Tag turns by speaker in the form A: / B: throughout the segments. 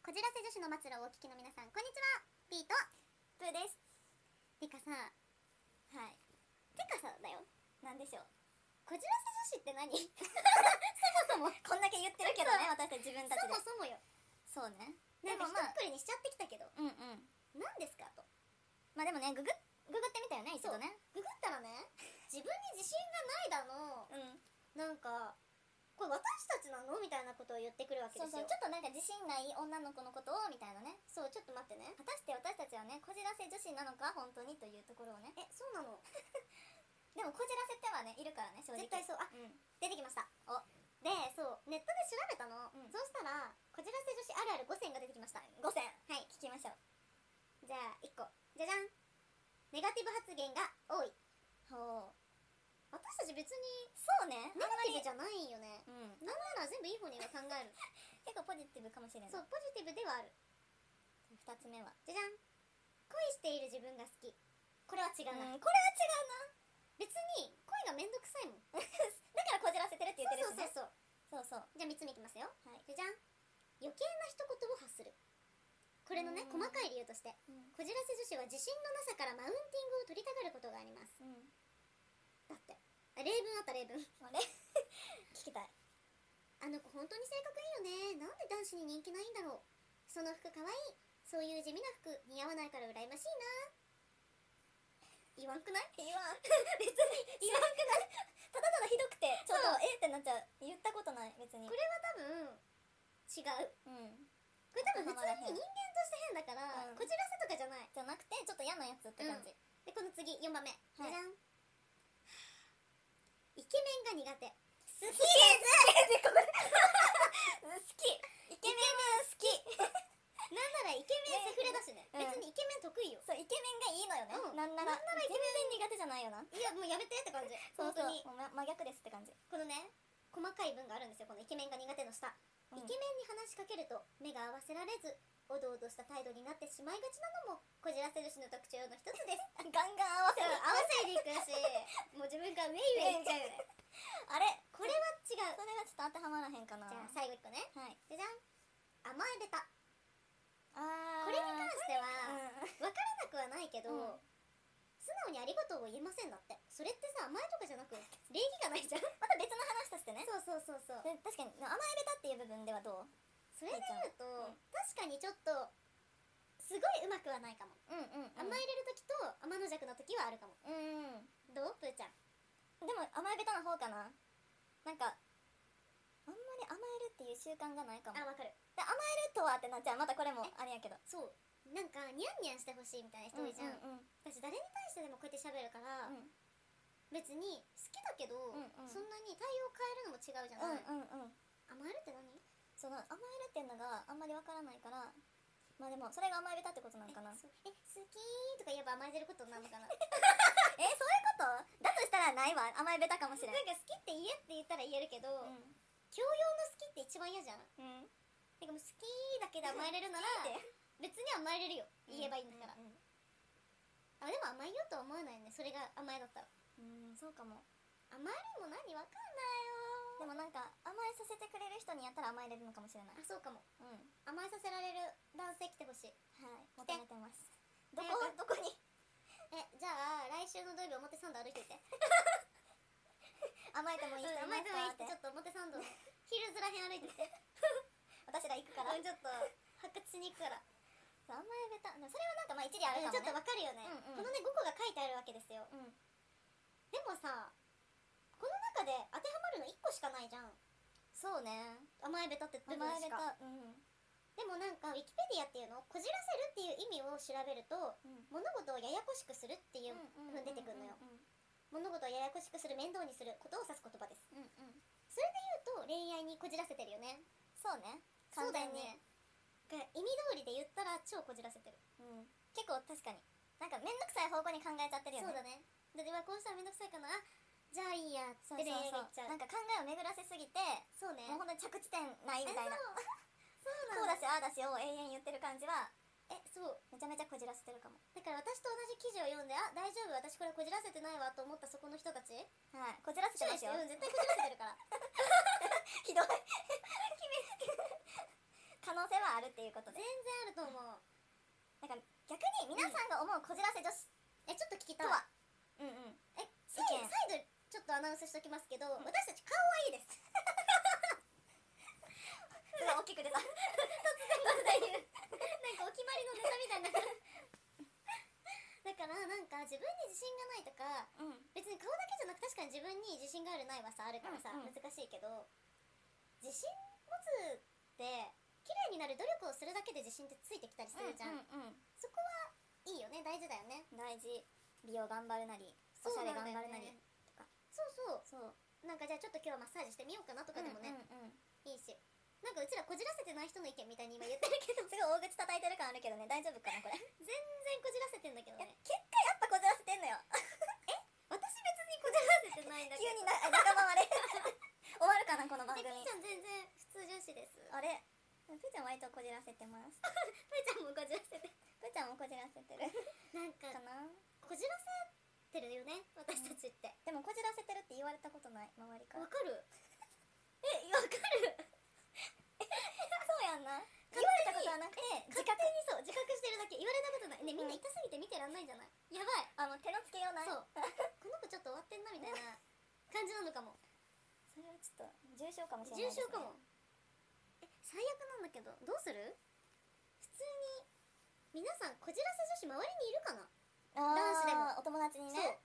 A: こじらせ女子の末路をお聞きの皆さんこんにちはピーと
B: プーです
A: てかさ
B: はい
A: てかさだよ
B: なんでしょう
A: こじらせ女子って何 そもそも
B: こんだけ言ってるけどね私たち自分た
A: そ
B: ちで
A: もそもよ
B: そうね
A: なん
B: で
A: かひ
B: も
A: と
B: まあ
A: っくりにしちゃってきたけど
B: うんうん
A: 何ですかと
B: まあでもねググググってみたよね一度ね
A: ググったらね自分に自信がないだの
B: うん
A: なんかこれ私たちなのみたいなことを言ってくるわけで
B: そう
A: す
B: そ
A: よ
B: うちょっとなんか自信ない女の子のことをみたいなね
A: そうちょっと待ってね
B: 果たして私たちはねこじらせ女子なのか本当にというところをね
A: えそうなの
B: でもこじらせてはねいるからね正直
A: 絶対そうあ
B: うん
A: 出てきました
B: お
A: でそうネットで調べたの、
B: うん
A: そうしたらこじらせ女子あるある5選が出てきました
B: 5選
A: はい
B: 聞きましょう
A: じゃあ1個じゃじゃんネガティブ発言が多い
B: ほう
A: 私たち別に
B: そうね
A: ネガティブじゃないよね
B: うん
A: なんなら全部いい方には考える
B: 結構ポジティブかもしれない
A: そうポジティブではある
B: 2つ目は
A: じゃじゃん恋している自分が好きこれは違う
B: うんこれは
A: な、
B: 違うな
A: 別に恋がめんどくさいもん
B: だからこじらせてるって言ってるしね
A: そうそうそうそう
B: そうそう
A: じゃあ3つ目いきますよ
B: はい
A: じゃじゃん余計な一言を発するこれのね
B: うん
A: 細かい理由として
B: うん
A: こじらせ女子は自信のなさからマウンティングを取りたがることがあります
B: うん
A: だってあ例文あった例文
B: あ れ聞きたい
A: あの子本当に性格いいよねなんで男子に人気ないんだろうその服かわいいそういう地味な服似合わないから羨ましいな言わんくない
B: 言わん別に言わんくないただただひどくてちょっと
A: そう
B: えってなっちゃう言ったことない別に
A: これは多分違う
B: うん
A: これ多分普通に人間として変だから、
B: うん
A: こじらせとかじゃない
B: じゃなくてちょっと嫌なやつって感じ、
A: うでこの次4番目、
B: い
A: じゃじゃんイケメンが苦手
B: 好きです好きイケメン好き
A: なんならイケメンセフレだしね、
B: ね
A: 別にイケメン得意よ、
B: そうイケメンがいいの
A: うん
B: よね、なんな
A: なん
B: ら
A: ならイケメ
B: 全然苦手じゃないよない
A: やもうやめてって感じ
B: そう
A: 本
B: そ
A: 当
B: う
A: に
B: もうま真逆ですって感じ
A: このね細かい文があるんですよこのイケメンが苦手の下、
B: うん
A: イケメンに話しかけると目が合わせられずおどおどした態度になってしまいがちなのもこじらせ女子の特徴の一つです
B: ガ ンガン合わせ
A: そう
B: る
A: 合わせるいくしもう 自分からウェイウェイいっちゃうよね
B: あれ
A: これは違
B: そうれがちょっと当てはまらへんかな
A: じゃあ最後1個ね
B: はい
A: じゃじゃん甘えべた
B: あー
A: これに関しては、
B: うん
A: 分からなくはないけど、
B: うん
A: 素直にありがとうを言えませんだってそれってさ前とかじゃな く礼儀がないじゃんまた
B: 別の話としてね
A: そうそうそうそう
B: で確かに甘えべたっていう部分ではど
A: それで言うと、
B: うん
A: 確かにちょっとすごいうまくはないかも、
B: ううんうん、
A: 甘えれる時と天の弱の時はあるかも
B: うん
A: どうプーちゃん
B: でも甘えべたの方かななんかあんまり甘えるっていう習慣がないかもで
A: あわかる
B: 甘えるとはってなっちゃうまたこれもあれやけど
A: そうなんかニャンニャンしてほしいみたいな人多いじゃん、
B: うんうん
A: 私誰に対してでもこうやって喋るから、
B: うん
A: 別に好きだけど、
B: んうん
A: そんなに対応変えるのも違うじゃない、
B: うんうんうん
A: 甘えるって何
B: その甘えるっていうのがあんまりわからないからまあでもそれが甘えべたってことなのかな
A: えそうえ好きとか言えば甘えてることになるのかな
B: えそういうことだとしたら ないわ甘えべたかもしれん
A: なんか好きって言えって言ったら言えるけど、
B: う
A: 教養の好きって一番嫌じゃんなんか
B: んうん
A: もう好きだけで甘えれるなら
B: 好きって
A: 別に甘えれるよ言えばいいんだから、
B: うんうん
A: あでも甘えようとは思わないねそれが甘えだったら
B: うん、うんそうかも
A: 甘えるも何わか
B: で
A: んないよ
B: もなんか甘えさせてくれる人にやったら甘えれるのかもしれない
A: あそうかも
B: うんはい
A: 甘えさせられる男性来てほしい
B: 求めてますどこ
A: 早く
B: どこに
A: えじゃあ来週の土曜日表参道歩いていて
B: 甘えてもいい人い
A: 甘え
B: ます
A: てもいいって
B: かって
A: ちょっと表参道のヒルズらへん歩いてて
B: 私ら行くから
A: うんちょっと発掘しに行くから
B: 甘えべたでもそれはなんかまあ一理ある
A: うん
B: か
A: ちょっと
B: もね
A: わかるよね、
B: うんうん
A: このね5個が書いてあるわけですよ
B: うん
A: でもさこの中で当てはまるの1個しかないじゃん
B: そうね
A: 甘えべたって部分
B: 甘え
A: し
B: べ
A: か
B: たうん
A: でもなんかウィキペディアっていうのをこじらせるっていう意味を調べると
B: うん
A: 物事をややこしくするっていうふうに出てくるのよ物事をややこしくする面倒にすることを指す言葉です
B: うんうん
A: それで言うと恋愛にこじらせてるよね
B: そうね
A: そう
B: 完
A: だよ
B: 全に
A: ねが意味通りで言ったら超こじらせてる
B: うん結構確かになんか面倒くさい方向に考えちゃってるよ
A: そ
B: ね
A: うだねだってうわこうしたら面倒くさいかなあじゃあいいやっ
B: そ
A: て
B: う
A: 恋
B: そう
A: 愛がいっち
B: そ
A: ゃ
B: う
A: う
B: なんか考えを巡らせすぎて
A: そうね
B: もう ほんとに着地点ないみたい な
A: えそう
B: こう
A: なん
B: だしああだしを永遠言ってる感じは
A: えそう
B: めちゃめちゃこじらせてるかも
A: だから私と同じ記事を読んであ大丈夫私これこじらせてないわと思ったそこの人たち
B: はいこじらせて
A: 注
B: ま
A: 意
B: す
A: して
B: よ
A: うん絶対こじらせてるから
B: ひどい
A: 決めつけ
B: 可能性はあるっていうこと
A: 全然
B: で
A: あると思う
B: なんか逆に皆さんが思うこじらせ女子
A: えちょっと聞きた
B: と
A: い
B: はうんうん
A: え再
B: 意見
A: 再度ちょっとアナウンスしときますけど、
B: ん
A: 私たち顔はいい です
B: すごい大きく出た突然突然言う
A: なんかお決まりのネタみたいなだからなんか自分に自信がないとか
B: うん
A: 別に顔だけじゃなく確かに自分に自信があるないはさあるからさ、
B: うんうん
A: 難しいけど自信持つって綺麗になる努力をするだけで自信ってついてきたりするじゃん、
B: うんうん
A: そこはいいよね大事だよね
B: うん大事美容頑張るなりおしゃれ頑張るなりとか
A: そうそう
B: そう
A: なんかじゃあちょっと今日はマッサージしてみようかなとかでもね、
B: うんうんうん
A: いいしなんかうちらこじらせてない人の意見みたいに今言ってるけど
B: すごい大口叩いてる感あるけどね大丈夫かなこれ
A: 全然こじらせてんだけど
B: いや
A: ね
B: 結果やっぱこじらせてんのよ
A: 私別にこじらせてないんだけ
B: 急
A: ど
B: になあ仲間 割れ終わるかなこの番
A: え
B: 組
A: ピーちゃん全然普通女子です
B: あれふーちゃん割とこじらせてますふ
A: ピーちゃんもこじらせて
B: ーちゃんもこじらせてる
A: なん
B: か
A: か
B: な
A: こじらせてるよね私たちって、
B: でもこじらせてるって言われたことない周りから
A: わかるえわかる
B: そうやんな
A: 勝手
B: 言
A: に
B: われたことはなくて
A: 勝手にそう自覚してるだけ言われたことないねみんな痛すぎて見てらんないんじゃないやばい
B: あもう手のつけようない
A: そう この子ちょっと終わってんなみたいな感じなのか も
B: それはちょっと重症かもしれ
A: 重
B: ないですね
A: 症かもえ最悪なんだけどどうする普通に皆さんこじらせ女子周りにいるかな、
B: あー
A: 男子でも
B: お友達に
A: そう
B: ね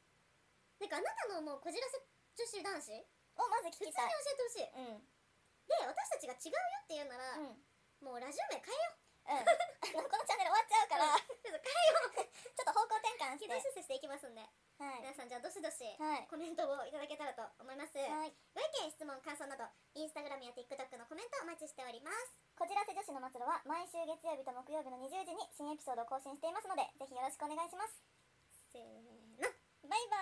A: なんかあなたの思うこじらせ女子男子
B: をまず
A: 普通
B: 聞
A: に教
B: きたい
A: えてほしい
B: うんうん
A: で私たちが違うよって言うなら、
B: うん
A: もうラジオ名変えよう
B: あのこのチャンネル終わっち ゃうからち
A: ちょっと
B: ょっと方向転換して
A: 軌道修正していきますんで、
B: はい
A: 皆さんじゃあどしどし
B: はい
A: コメントをいただけたらと思います、
B: はい
A: ご意見質問感想などインスタグラムや TikTok のコメントお待ちしております
B: こじらせ女子の末路は毎週月曜日と木曜日の20時に新エピソードを更新していますのでぜひよろしくお願いします
A: せーの
B: バイバ